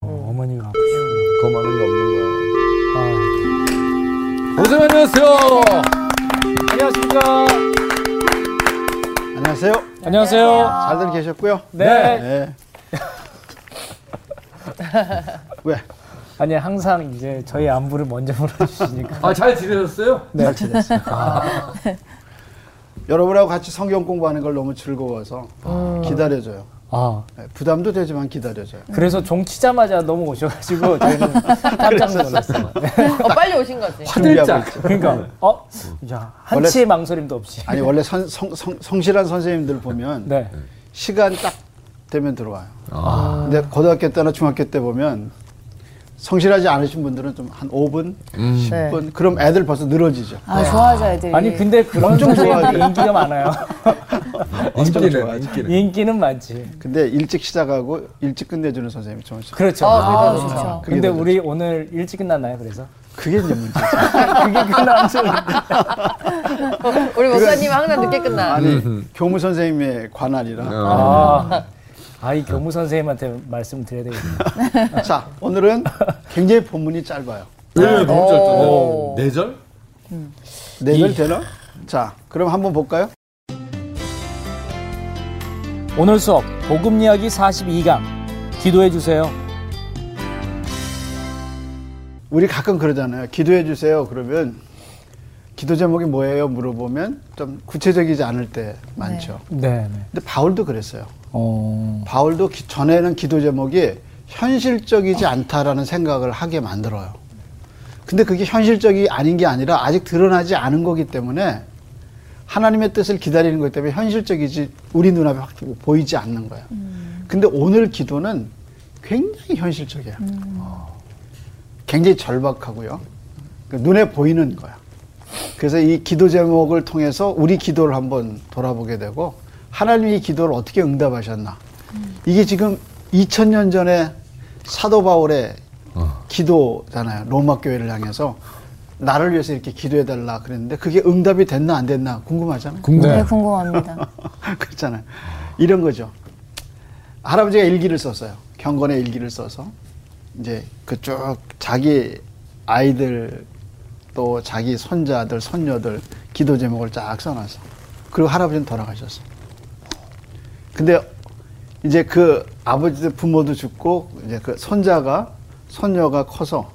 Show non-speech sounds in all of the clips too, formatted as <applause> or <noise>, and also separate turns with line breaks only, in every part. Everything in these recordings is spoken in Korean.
아.
아. 안녕하세요. 안녕하십니까.
안녕하세요.
안녕하세요.
잘들 계셨고요.
네.
네. 왜?
아니 항상 이제 저희 안부를 먼저 물어주시니까
아, 잘 지내셨어요?
잘 지냈어요. 아. 여러분하고 같이 성경 공부하는 걸 너무 즐거워서 기다려줘요.
<laughs> 아
네, 부담도 되지만 기다려줘요.
그래서 종 치자마자 너무 오셔가지고 <laughs> 저희는 깜짝 놀랐어요
어, 빨리 오신 거지.
준비하고
화들짝.
있죠.
그러니까 어? 야,
원래-
한치의 망설임도 없이
아니 원래 선- 성, 성, 성실한 선생님들 보면
네
시간 딱 되면 들어와요. 근데 고등학교 때나 중학교 때 보면 성실하지 않으신 분들은 좀 한 5분,
네.
10분 그럼 애들 벌써 늘어지죠.
아, 좋아하죠, 애들이.
아니 근데 그런
엄청
선생님들
좋아해요.
인기가 많아요
좋아요.
인기는, 인기는.
인기는 많지
근데 일찍 시작하고 일찍 끝내주는 선생님이 좋으시죠.
그렇죠
아, 좋죠.
그게
근데
더
우리 오늘 일찍 끝났나요 그래서?
그게 이제 문제죠.
그게 끝난 줄
우리 목사님 은 항상 늦게 끝나.
아니 네. 교무 선생님의 관할이라.
아, 아이 교무 선생님한테 말씀 드려야 되겠네요
자 오늘은 굉장히 본문이 짧아요.
네,
어.
너무 잘
오.
네 절?
네절
이.
되나? 자 그럼 한번 볼까요?
오늘 수업 복음 이야기 42강 기도해 주세요
우리 가끔 그러잖아요. 기도해 주세요. 그러면 기도 제목이 뭐예요? 물어보면 좀 구체적이지 않을 때 많죠.
네네
근데 바울도 그랬어요.
어...
바울도 기- 전에는 기도 제목이 현실적이지 않다라는 생각을 하게 만들어요. 근데 그게 현실적이 아닌 게 아니라 아직 드러나지 않은 거기 때문에 하나님의 뜻을 기다리는 거기 때문에 현실적이지 우리 눈앞에 확 보이지 않는 거예요. 근데 오늘 기도는 굉장히 현실적이에요. 굉장히 절박하고요. 그 눈에 보이는 거야. 그래서 이 기도 제목을 통해서 우리 기도를 한번 돌아보게 되고 하나님이 이 기도를 어떻게 응답하셨나. 이게 지금 2000년 전에 사도 바울의 어. 기도잖아요. 로마 교회를 향해서 나를 위해서 이렇게 기도해 달라 그랬는데 그게 응답이 됐나 안 됐나 궁금하잖아요.
네, 궁금합니다.
<laughs> 그렇잖아요. 이런 거죠. 할아버지가 일기를 썼어요. 경건의 일기를 써서 이제 그쭉 자기 아이들 또 자기 손자들 손녀들 기도 제목을 쫙 써놨어. 그리고 할아버지는 돌아가셨어. 근데 이제 그 아버지도 부모도 죽고 이제 그 손자가 손녀가 커서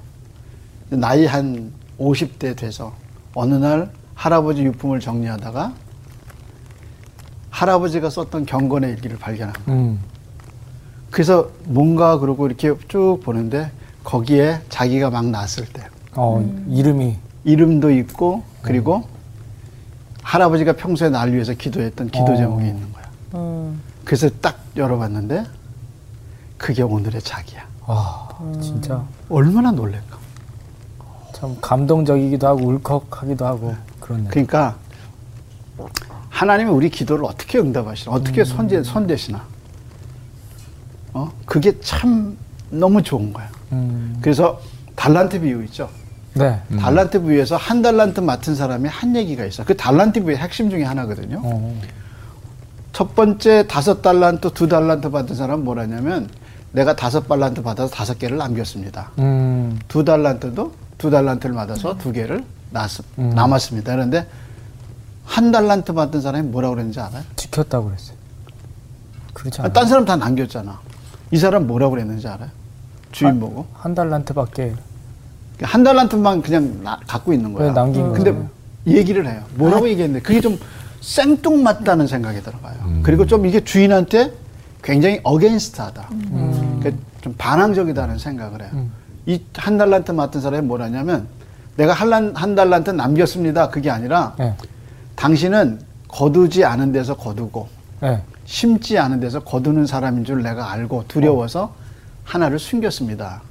나이 한 50대 돼서 어느 날 할아버지 유품을 정리하다가 할아버지가 썼던 경건의 일기를 발견한 거예요.
음.
그래서 뭔가 그러고 이렇게 쭉 보는데 거기에 자기가 막 났을 때
어, 이름이
이름도 있고 그리고
음.
할아버지가 평소에 날 위해서 기도했던 기도
어.
제목이 있는 거야.
음.
그래서 딱 열어봤는데 그게 오늘의 자기야.
와 진짜
얼마나 놀랄까.
참 감동적이기도 하고 울컥하기도 하고 그렇네요.
그러니까 하나님이 우리 기도를 어떻게 응답하시나,
음.
어떻게 손대, 손대시나. 어? 그게 참 너무 좋은 거야.
음,
그래서 달란트 비유 있죠.
네.
달란트 부위에서 한 달란트 맡은 사람이 한 얘기가 있어. 그 달란트 부위의 핵심 중에 하나거든요.
어,
첫 번째 다섯 달란트, 두 달란트 받은 사람은 뭐라냐면 내가 다섯 달란트 받아서 다섯 개를 남겼습니다.
음,
두 달란트도 두 달란트를 받아서 두 개를 낳았, 남았습니다. 그런데 한 달란트 받은 사람이 뭐라고 그랬는지 알아요?
지켰다고 그랬어요. 그렇지
아,
않아요?
딴 사람 다 남겼잖아. 이 사람 뭐라고 그랬는지 알아요? 주인 보고.
한 달란트밖에
한 달란트만 그냥 나- 갖고 있는 거야.
네, 남긴 거죠.
근데 얘기를 해요. 뭐라고 얘기했는데 그게 좀 생뚱맞다는 생각이 들어가요. 그리고 좀 이게 주인한테 굉장히 어게인스트하다.
음.
그러니까 좀 반항적이다는 생각을 해요. 이 한 달란트 맡은 사람이 뭐라냐면 내가 한란- 한 달란트 남겼습니다. 그게 아니라
네.
당신은 거두지 않은 데서 거두고
네.
심지 않은 데서 거두는 사람인 줄 내가 알고 두려워서 하나를 숨겼습니다.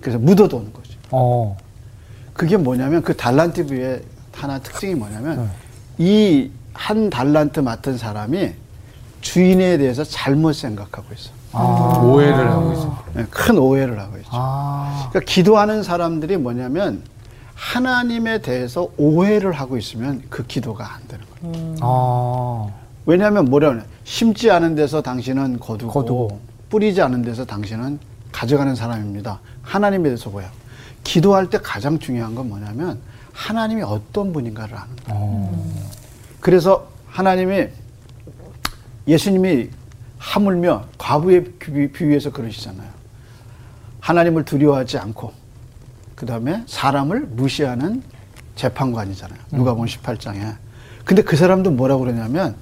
그래서 묻어두는 거죠.
어,
그게 뭐냐면 그 달란트 뷰의 하나 특징이 뭐냐면 이 한 달란트 맡은 사람이 주인에 대해서 잘못 생각하고 있어.
오해를 하고 있어.
예, 큰 오해를 하고 있죠.
아,
그러니까 기도하는 사람들이 뭐냐면 하나님에 대해서 오해를 하고 있으면 그 기도가 안 되는 거예요.
아,
왜냐하면 뭐라 그래? 심지 않은 데서 당신은 거두고,
거두고.
뿌리지 않은 데서 당신은 가져가는 사람입니다. 하나님에 대해서 뭐야? 기도할 때 가장 중요한 건 뭐냐면 하나님이 어떤 분인가를 아는 거예요. 어. 그래서 하나님이 예수님이 하물며 과부에 비- 비유해서 그러시잖아요. 하나님을 두려워하지 않고 그 다음에 사람을 무시하는 재판관이잖아요. 누가복음 18장에. 근데 그 사람도 뭐라고 그러냐면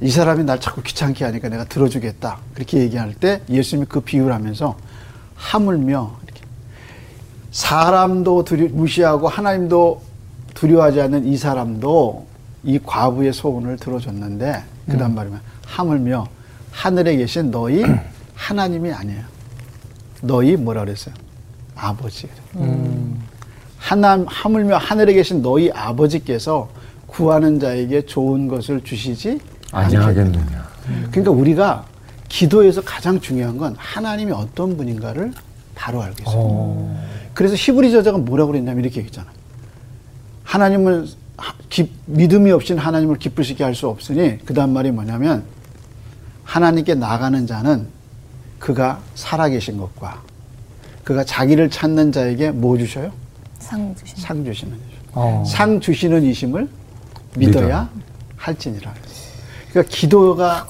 이 사람이 날 자꾸 귀찮게 하니까 내가 들어주겠다. 그렇게 얘기할 때 예수님이 그 비유를 하면서 하물며 이렇게 사람도 두려, 무시하고 하나님도 두려워하지 않는 이 사람도 이 과부의 소원을 들어줬는데 그다음 말이면 하물며 하늘에 계신 너희 하나님이 아니에요. 너희 뭐라 그랬어요? 아버지. 그래요.
음.
하나 하물며 하늘에 계신 너희 아버지께서 구하는 자에게 좋은 것을 주시지
아니하겠느냐.
그러니까 우리가 기도에서 가장 중요한 건 하나님이 어떤 분인가를 바로 알고 있어요. 그래서 히브리 저자가 뭐라고 그랬냐면 이렇게 얘기했잖아. 하나님을 하- 기- 믿음이 없이는 하나님을 기쁘시게 할 수 없으니 그 다음 말이 뭐냐면 하나님께 나가는 자는 그가 살아계신 것과 그가 자기를 찾는 자에게 뭐 주셔요?
상 주신.
상 주시는 이심.
어.
상 주시는 이심을 믿어야 할지니라. 그러니까 기도가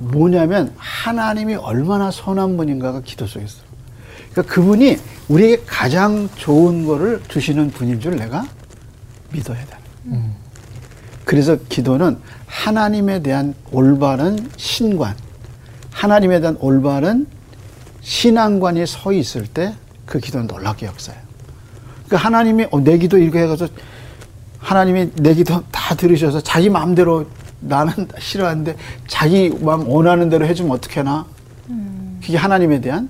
뭐냐면 하나님이 얼마나 선한 분인가가 기도 속에 있어요. 그러니까 그분이 우리에게 가장 좋은 거를 주시는 분인 줄 내가 믿어야 돼. 음. 그래서 기도는 하나님에 대한 올바른 신관, 하나님에 대한 올바른 신앙관이 서 있을 때 그 기도는 놀랍게 역사해요. 그 하나님이 어, 내 기도 이렇게 해가서 하나님이 내 기도 다 들으셔서 자기 마음대로 나는 <laughs> 싫어하는데 자기 마음 원하는 대로 해주면 어떻게 하나? 그게 하나님에 대한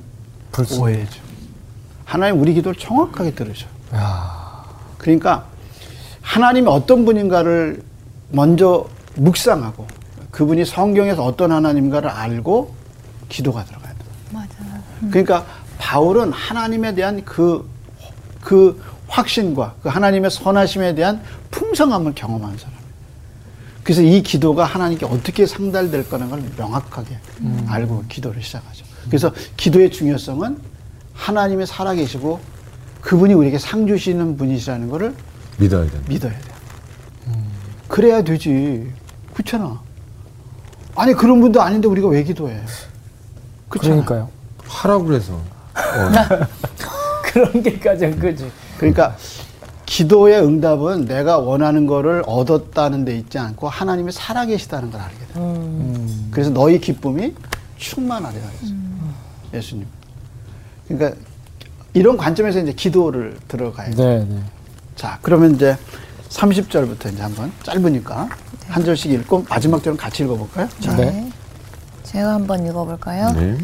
오해죠. 하나님 우리 기도를 정확하게 들으셔. 그러니까 하나님이 어떤 분인가를 먼저 묵상하고 그분이 성경에서 어떤 하나님인가를 알고 기도가 들어가야 돼. 그러니까 바울은 하나님에 대한 그, 그 확신과 그 하나님의 선하심에 대한 풍성함을 경험한 사람이에요. 그래서 이 기도가 하나님께 어떻게 상달될 거라는 걸 명확하게 알고 기도를 시작하죠. 그래서 기도의 중요성은 하나님이 살아계시고 그분이 우리에게 상 주시는 분이시라는 거를
믿어야 된다.
믿어야 돼. 그래야 되지. 그렇잖아. 아니 그런 분도 아닌데 우리가 왜 기도해? 그렇잖아.
그러니까요.
하라고 그래서.
그런 게 가장 크지.
그러니까 기도의 응답은 내가 원하는 거를 얻었다는 데 있지 않고 하나님이 살아계시다는 걸 알게
음.
돼. 요 그래서 너희 기쁨이 충만하리라 그랬어요. 예수님. 그러니까 이런 관점에서 이제 기도를 들어가야 돼.
네, 네.
자, 그러면 이제 30절부터 이제 한번 짧으니까 한 절씩 읽고 마지막 절은 같이 읽어 볼까요? 자.
네.
제가 한번 읽어볼까요?
네.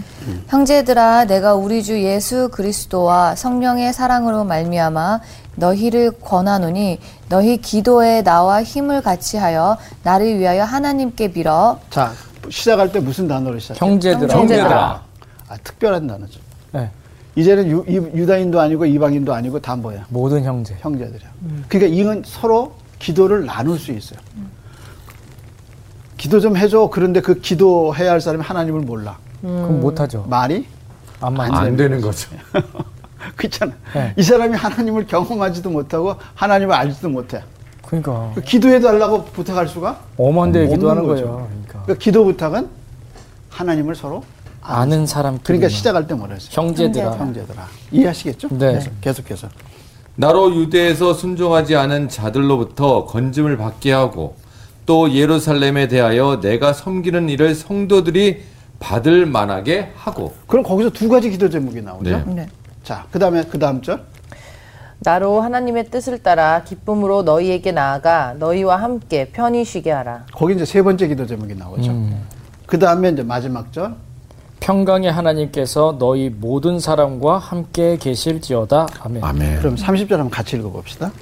형제들아 내가 우리 주 예수 그리스도와 성령의 사랑으로 말미암아 너희를 권하노니 너희 기도에 나와 힘을 같이하여 나를 위하여 하나님께 빌어
자, 시작할 때 무슨 단어로 시작해?
형제들아.
형제들아.
아, 특별한 단어죠.
네.
이제는 유, 이- 유다인도 아니고 이방인도 아니고 다 뭐야?
모든 형제.
형제들이야.
음.
그러니까 이건 서로 기도를 나눌 수 있어요. 기도 좀 해줘. 그런데 그 기도해야 할 사람이 하나님을 몰라.
그럼 못하죠.
말이 <laughs>
안 맞죠.
안 되는 거죠.
그렇잖아.
네.
이 사람이 하나님을 경험하지도 못하고 하나님을 알지도 못해.
그러니까
그 기도해 달라고 부탁할 수가
엄한데
없는
네, 기도하는
거죠.
거예요. 그러니까
그러니까 기도 부탁은 하나님을 서로
아는 사람.
그러니까 시작할 때 뭐라 했어요?
형제들아.
형제들아. 이해하시겠죠?
네.
그래서 계속해서.
나로 유대에서 순종하지 않은 자들로부터 건짐을 받게 하고 또 예루살렘에 대하여 내가 섬기는 일을 성도들이 받을 만하게 하고
그럼 거기서 두 가지 기도 제목이 나오죠.
네.
네.
자, 그다음에 그다음 절.
나로 하나님의 뜻을 따라 기쁨으로 너희에게 나아가 너희와 함께 편히 쉬게 하라.
거기 이제 세 번째 기도 제목이 나오죠.
음.
그 다음에 이제 마지막 절.
평강의 하나님께서 너희 모든 사람과 함께 계실지어다. 아멘.
네.
아멘.
그럼 30절 한번 같이 읽어봅시다.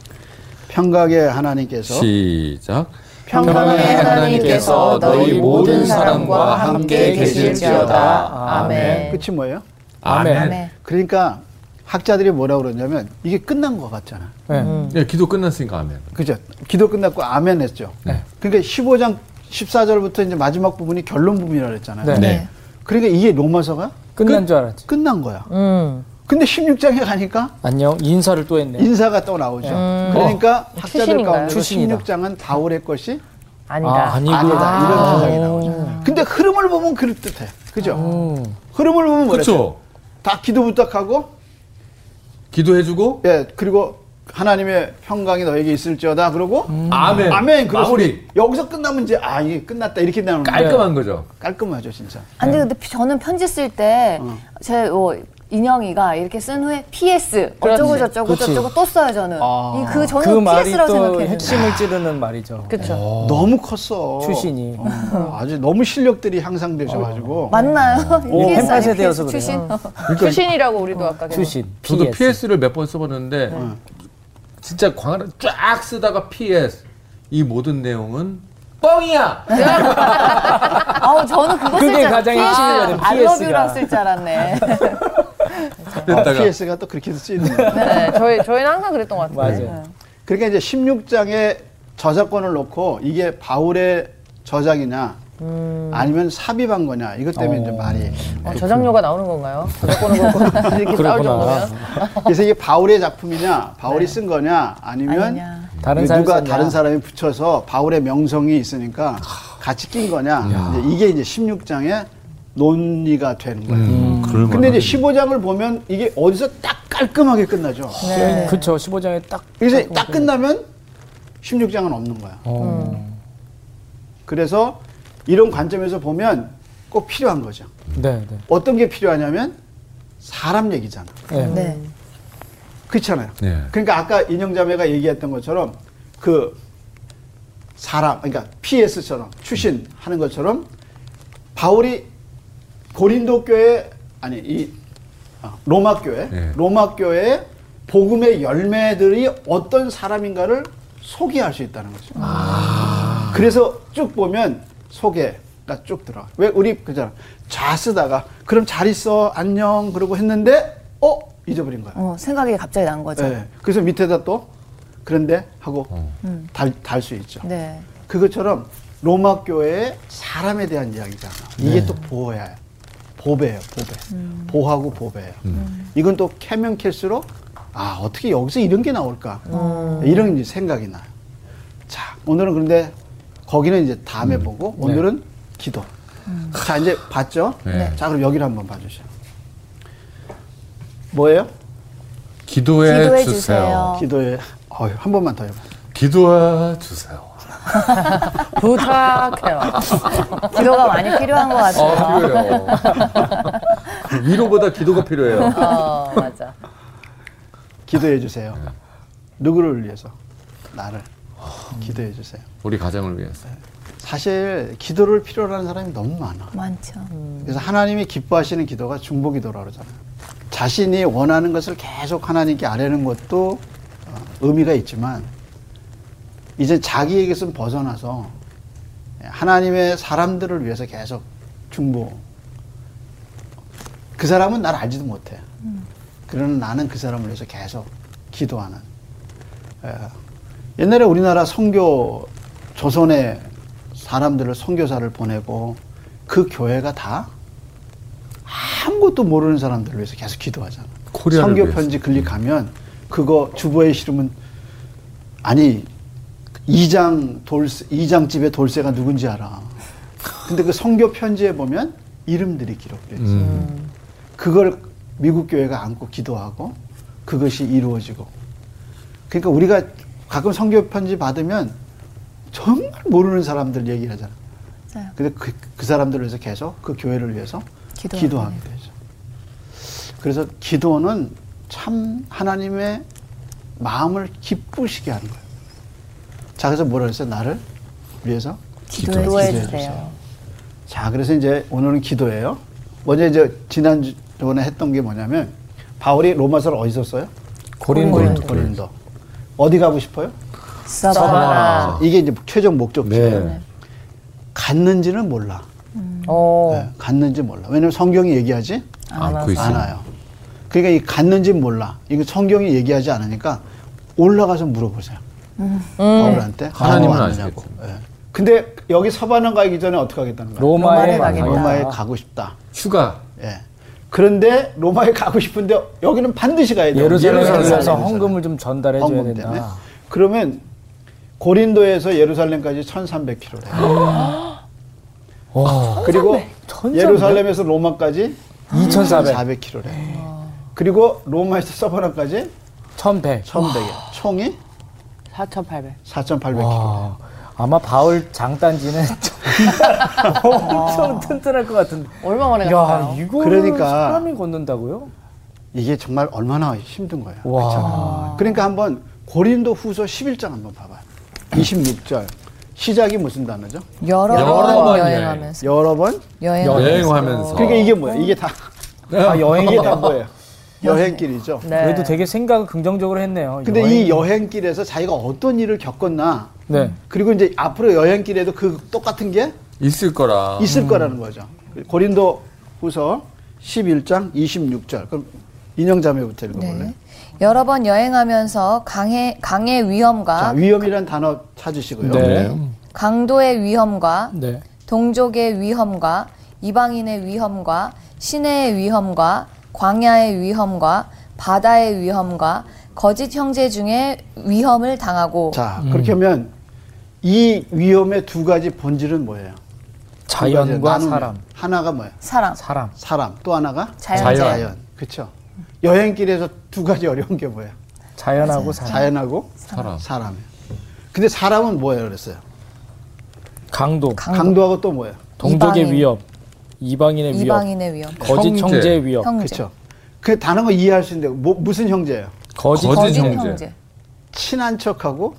평강의 하나님께서
시작
평강의 하나님께서 너희 모든 사람과 함께 계실지어다.
네.
아멘.
네,
그-
끝이 뭐예요?
아멘.
아멘.
그러니까 학자들이 뭐라고 그러냐면 이게 끝난 것 같잖아.
네.
음.
예, 기도 끝났으니까 아멘.
그죠? 기도 끝났고 아멘 했죠.
네.
그러니까 15장 14절부터 이제 마지막 부분이 결론 부분이라고 했잖아요.
네.
네.
그러니까 이게 로마서가
끝난 줄 알았지.
끝난 거야.
음.
근데 16장에 가니까
안녕 인사를 또 했네요.
인사가 또 나오죠. 그러니까 학자들
추신인가요?
가운데
추신이다.
16장은 바울의 것이
아니다.
아, 아니구나.
아니다 이런
아.
주장이 나오죠. 근데 흐름을 보면 그럴듯해. 그죠?
음.
흐름을 보면 뭐랬죠?
그렇죠.
다 기도 부탁하고
기도해주고
예 그리고 하나님의 평강이 너에게 있을지어다 그러고
아멘.
아멘 그러고
마무리.
여기서 끝나면 이제 아 이게 끝났다 이렇게 나오는
깔끔한 거죠.
깔끔하죠 진짜.
근데, 근데 저는 편지 쓸 때
어.
제 인형이가 이렇게 쓴 후에 PS 어쩌고 저쩌고
그렇지.
저쩌고 또 써요 저는.
아.
이, 그
그
저는
말이
PS라고
또
생각해요.
핵심을 찌르는 말이죠.
그렇죠.
너무 컸어.
출신이.
어, 아주 너무 실력들이
어.
<laughs>
향상되셔가지고.
맞나요?
오,
PS
팬팔
아니에요?
어, 세대여서
PS 출신?
그러니까 출신이라고 우리도
그-
아까
출신.
저도
PS.
PS를 몇 번 써봤는데 진짜 광을 쫙 쓰다가 PS 이 모든 내용은 뻥이야.
아우 저는 그거 쓸
그게
줄 알았어요.
가장 핵심이거든,
I love
PS 가.
you라고 쓸 줄 알았네.
아,
그랬다가
PS가 또 그렇게 쓰이는 거예요.
네, 저희 저희는 항상 그랬던 것 같아요.
맞아요.
그러니까 이제 16장에 저작권을 놓고 이게 바울의 저작이냐
음.
아니면 삽입한 거냐 이것 때문에 이제 말이
어, 저장료가 나오는 건가요? 저작권을 걸고 이렇게 싸울
그렇구나.
정도면
그래서 이게 바울의 작품이냐 바울이 쓴 거냐 아니면
아니냐.
네. 다른
이게
사람이
누가
썼냐.
다른 사람이 붙여서 바울의 명성이 있으니까 같이 낀 거냐 이제 이게 이제 16장의 논의가 되는
음,
거예요.
음.
근데 이제 15장을 보면 이게 어디서 딱 깔끔하게 끝나죠.
네.
그렇죠. 15장에 딱
그래서 딱 끝나면 16장은 없는 거야.
어.
음.
그래서 이런 관점에서 보면 꼭 필요한 거죠.
네, 네.
어떤 게 필요하냐면 사람 얘기잖아.
네.
네.
그렇잖아요.
네.
그러니까 아까 인형자매가 얘기했던 것처럼 그 사람, 그러니까 PS처럼 추신하는 것처럼 바울이 고린도 교회 아니 이 아, 로마 교회,
네.
로마 교회의 복음의 열매들이 어떤 사람인가를 소개할 수 있다는 거죠. 그래서 쭉 보면 소개가 쭉 들어. 왜 우리 그잖아 좌 쓰다가 그럼 잘 있어 안녕 그러고 했는데 어 잊어버린 거야.
어, 생각이 갑자기 난 거죠.
네.
예. 그래서 밑에다 또 그런데 하고 달 달 수 있죠.
네.
그것처럼 로마 교회의 사람에 대한 이야기잖아. 이게 또 보호야. 보배예요, 보배. 보하고 보배예요. 이건 또 캐면 캘수록 아 어떻게 여기서 이런 게 나올까 이런 이제 생각이 나요. 자 오늘은 그런데 거기는 이제 다음에 보고 오늘은 기도. 자 이제 봤죠.
네.
자 그럼 여기를 한번 봐주세요. 뭐예요?
기도해,
기도해
주세요.
주세요.
기도에 어휴, 한 번만 더 해봐.
기도해 주세요.
<laughs> 부탁해요.
기도가 많이 필요한 것 같아요.
아 필요해요.
<laughs> 위로보다 기도가 필요해요.
어, 맞아.
기도해 주세요. 누구를 위해서? 나를. 기도해 주세요.
우리 가정을 위해서.
사실 기도를 필요로 하는 사람이 너무 많아.
많죠.
그래서 하나님이 기뻐하시는 기도가 중보 기도라고 그러잖아요. 자신이 원하는 것을 계속 하나님께 아뢰는 것도 어, 의미가 있지만 이제 자기에게서 벗어나서 하나님의 사람들을 위해서 계속 중보. 그 사람은 날 알지도 못해. 그러나 나는 그 사람을 위해서 계속 기도하는. 예. 옛날에 우리나라 선교 조선에 사람들을 선교사를 보내고 그 교회가 다 아무것도 모르는 사람들을 위해서 계속 기도하잖아.
코리아를
선교
위해서.
편지 클릭하면 그거 주보에 실으면 아니 이장 돌세 이장 집의 돌세가 누군지 알아. 근데 그 선교 편지에 보면 이름들이 기록돼 있어.
음.
음,
그걸 미국 교회가 안고 기도하고 그것이 이루어지고. 그러니까 우리가 가끔 선교 편지 받으면 정말 모르는 사람들 얘기를 하잖아.
맞아요.
근데 그, 그 사람들을 위해서 계속 그 교회를 위해서
기도하는
기도하게 되죠. 그래서 기도는 참 하나님의 마음을 기쁘시게 하는 거예요. 자, 그래서 뭐라 그랬어요? 나를 위해서
기도해
기도해
기도해
주세요.
자, 그래서 이제 오늘은 기도예요. 먼저 이제 지난번에 했던 게 뭐냐면 바울이 로마서를 어디서 써요?
고린도.
고린도. 어디 가고 싶어요?
써봐라.
이게 이제 최종 목적지예요.
아. 네.
갔는지는 몰라.
어,
네, 갔는지 몰라. 왜냐면 성경이 얘기하지
안고 그 있어요.
않아요. 그러니까 이 갔는지 몰라. 이거 성경이 얘기하지 않으니까 올라가서 물어보세요. 음. 바울한테
음. 하나님은
안 왔느냐고.
아시겠죠.
예. 근데 여기 서반원 가기 전에 어떻게 하겠다는 거야?
로마에
로마에 가겠다.
가겠다.
로마에 가고 싶다.
휴가
예. 그런데 로마에 가고 싶은데 여기는 반드시 가야 돼요.
예루살렘에 가서
예루살렘에서는.
헌금을 좀 전달해 줘야
헌금 때문에.
된다.
그러면 고린도에서 예루살렘까지
아,
1,300km래요. <laughs> 그리고 예루살렘에서 로마까지
2,400, 네.
400km래요. 그리고 로마에서 서버나까지
1,100.
1,100이에요. 총이
4,800.
4,800km.
아, 아마 바울 장단지는 <laughs> 엄청 <laughs> 튼튼할 것 같은데.
얼마 만에
야,
갔어요?
이거
그러니까.
사람이 걷는다고요?
이게 정말 얼마나 힘든 거예요.
와.
그렇잖아요. 그러니까 한번 고린도 후서 11장 한번 봐봐요. 26절. 시작이 무슨 단어죠?
여러,
여러
번
번
여행하면서
여러 번.
여행하면서
여행하면서
그러니까 이게 뭐야? 이게 다,
아, 여행이
이게 <laughs> 다 뭐예요? 여행길이죠.
네.
그래도 되게 생각을 긍정적으로 했네요.
근데
여행.
이 여행길에서 자기가 어떤 일을 겪었나.
네.
그리고 이제 앞으로 여행길에도 그 똑같은 게
있을
아.
거라.
있을 거라는 거죠. 고린도 후서 11장 26절. 그럼 인형자매부터 읽어볼래요?
네. 여러 번 여행하면서 강해, 강의 위험과
자, 위험이란 단어 찾으시고요.
네.
강도의 위험과
네.
동족의 위험과 이방인의 위험과 시내의 위험과 광야의 위험과 바다의 위험과 거짓 형제 중에 위험을 당하고
자,
음.
그렇게 하면 이 위험의 두 가지 본질은 뭐예요? 두 가지
자연과
나누면.
사람.
하나가 뭐예요?
사랑.
사람.
사람. 또 하나가
자연.
자연. 그렇죠. 여행길에서 두 가지 어려운 게 뭐예요?
자연하고 사람.
자연하고
사람.
사람이에요. 근데 사람은 뭐예요? 그랬어요.
강도.
강도,
강도하고 또 뭐예요?
동족의
이방인.
위협. 이방인의 위협.
이방인의 위험,
거짓
형제.
형제의 위협.
형제,
그렇죠. 그 단어가 이해할 수 있는데 뭐, 무슨 형제예요?
거짓.
거짓
거짓
형제.
형제, 음.
친한 척하고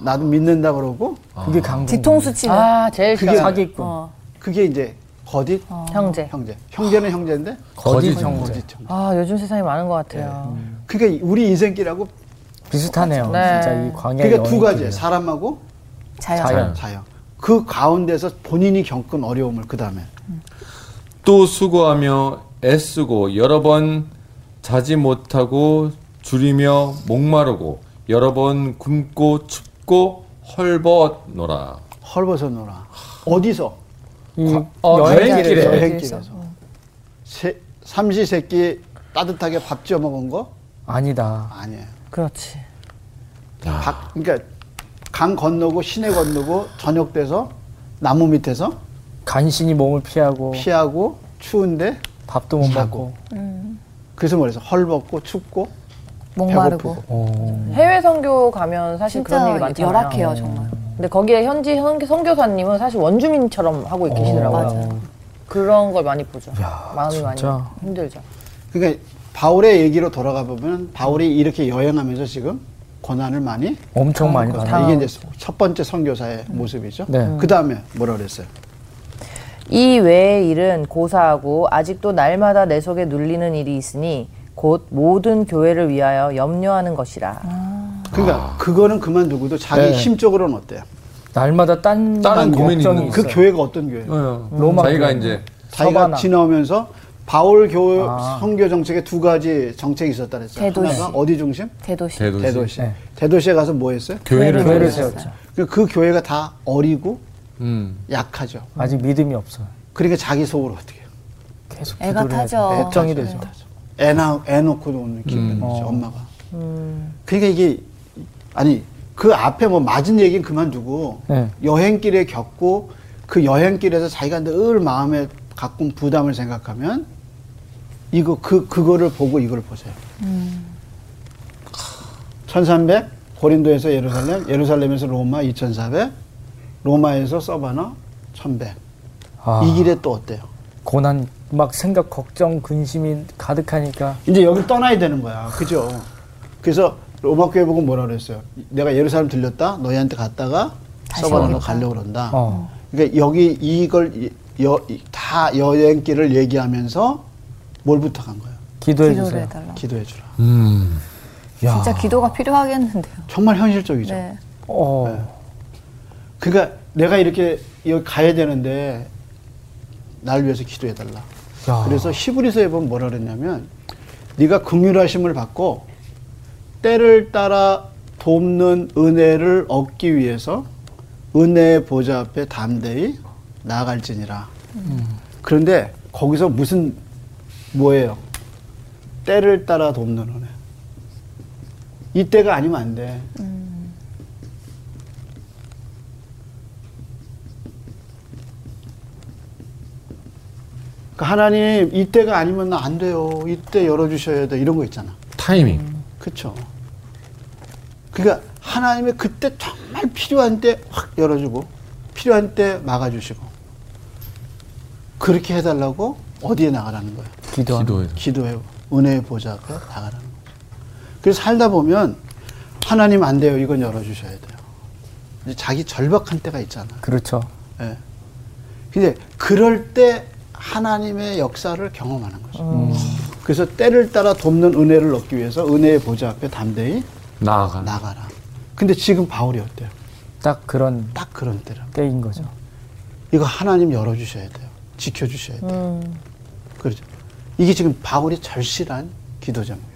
나도 믿는다 그러고
그게
음.
강도.
뒤통수 치는
아, 제일
그게
싫어.
사기꾼.
그게 이제 거짓
아, 형제.
형제. 형제는 형제인데
거짓,
거짓
형제.
거짓 형제.
아, 요즘 세상에 많은 것 같아요.
그러니까 우리 인생길하고
비슷하네요.
네.
진짜 이 광야
그러니까 두
여행길이요.
가지예요. 사람하고
자연.
자연.
자연. 그 가운데서 본인이 겪은 어려움을 그 다음에
또 수고하며 애쓰고 여러 번 자지 못하고 줄이며 목마르고 여러 번 굶고 춥고 헐벗노라.
헐벗어 놀아. 어디서?
이
여행길에.
어, 여행길에.
어, 여행길에서. 세- 삼시세끼 따뜻하게 밥 지어 먹은 거
아니다.
아니에요.
그렇지.
아.
박- 그러니까 강 건너고 시내 건너고 저녁 돼서 나무 밑에서
간신히 몸을 피하고
피하고 추운데
밥도 못
자고.
먹고.
그래서 뭐래서 헐벗고 춥고
목마르고
배고프고.
어.
해외 선교 가면 사실 그런
진짜
일이 많잖아요. 네.
열악해요 정말.
근데 거기에 현지 선- 선교사님은 사실 원주민처럼 하고
어,
계시더라고요. 그런 걸 많이 보죠. 마음이 많이
진짜.
힘들죠.
그러니까 바울의 얘기로 돌아가 보면 바울이 이렇게 여행하면서 지금 고난을 많이
음. 엄청 많이
겪었다.
받아.
이게 이제 첫 번째 선교사의 모습이죠.
네. 음.
그 다음에 뭐라 그랬어요?
이 외의 일은 고사하고 아직도 날마다 내 속에 눌리는 일이 있으니 곧 모든 교회를 위하여 염려하는 것이라.
그러니까 그거는 그만두고도 자기
아. 네.
심적으로는 어때요?
날마다 딴
다른 고민이
걱정이
있는
그
음. 있어요.
교회가 어떤 교회예요?
로마
자기가
교회.
이제
자기가
서바나. 아.
지나오면서 바울 교 선교 정책에 두 가지 정책이 있었다 그랬어요.
대도시.
하나가 어디 중심?
대도시.
대도시,
대도시.
네.
대도시에 가서 뭐 했어요?
교회를
교회를
세웠어요.
세웠죠.
그, 그 교회가 다 어리고
음.
약하죠.
아직 믿음이 없어요.
그러니까 자기 속으로 어떻게 해요?
계속
애가
기도를 해야
타죠.
돼요. 걱정이
애타죠,
되죠. 음. 어.
애타죠. 어. 애, 낳, 애 놓고 오는 기분이죠, 엄마가. 그러니까 이게, 아니, 그 앞에 뭐 맞은 얘기는 그만두고,
네.
여행길에 겪고, 그 여행길에서 자기가 늘 마음에 가끔 부담을 생각하면, 이거, 그, 그거를 보고 이걸 보세요. 1300, 고린도에서 예루살렘, 예루살렘에서 로마 2400, 로마에서 서바나 1100.
아,
이 길에 또 어때요?
고난 막 생각 걱정 근심이 가득하니까
이제 여기 떠나야 되는 거야. 그죠? 그래서 로마 교회 보고 뭐라 그랬어요? 내가 예루살렘 들렸다. 너희한테 갔다가 서바나로 가려고 그런다.
어.
그러니까 여기 이걸 이- 여, 이- 다 여행길을 얘기하면서 뭘 부탁한 거야?
기도해
기도를
주세요.
해달라.
기도해 주라.
야.
진짜 기도가 필요하겠는데요.
정말 현실적이죠.
네.
어.
그러니까 내가 이렇게 여기 가야 되는데 날 위해서 기도해 달라.
야.
그래서 히브리서에 보면 뭐라 그랬냐면 네가 긍휼하심을 받고 때를 따라 돕는 은혜를 얻기 위해서 은혜의 보좌 앞에 담대히 나아갈지니라. 그런데 거기서 무슨 뭐예요? 때를 따라 돕는 은혜. 이 때가 아니면 안 돼. 그러니까 하나님 이 때가 아니면 나 안 돼요. 이때 열어주셔야 돼. 이런 거 있잖아.
타이밍.
음. 그쵸. 그러니까 하나님의 그때 정말 필요한 때 확 열어주고 필요한 때 막아주시고 그렇게 해달라고 어디에 나가라는 거야?
기도하는 기도해요. 거죠.
기도해 은혜의 보좌가 나가라는 거죠. 그래서 살다 보면 하나님 안 돼요. 이건 열어주셔야 돼요. 이제 자기 절박한 때가 있잖아.
그렇죠.
예. 근데 그럴 때 하나님의 역사를 경험하는 거죠. 그래서 때를 따라 돕는 은혜를 얻기 위해서 은혜의 보좌 앞에 담대히
나아가.
나가라. 근데 지금 바울이 어때요?
딱 그런
딱 그런 때라.
때인 거죠.
이거 하나님 열어주셔야 돼요. 지켜주셔야 돼요. 그렇죠. 이게 지금 바울이 절실한 기도 제목이에요.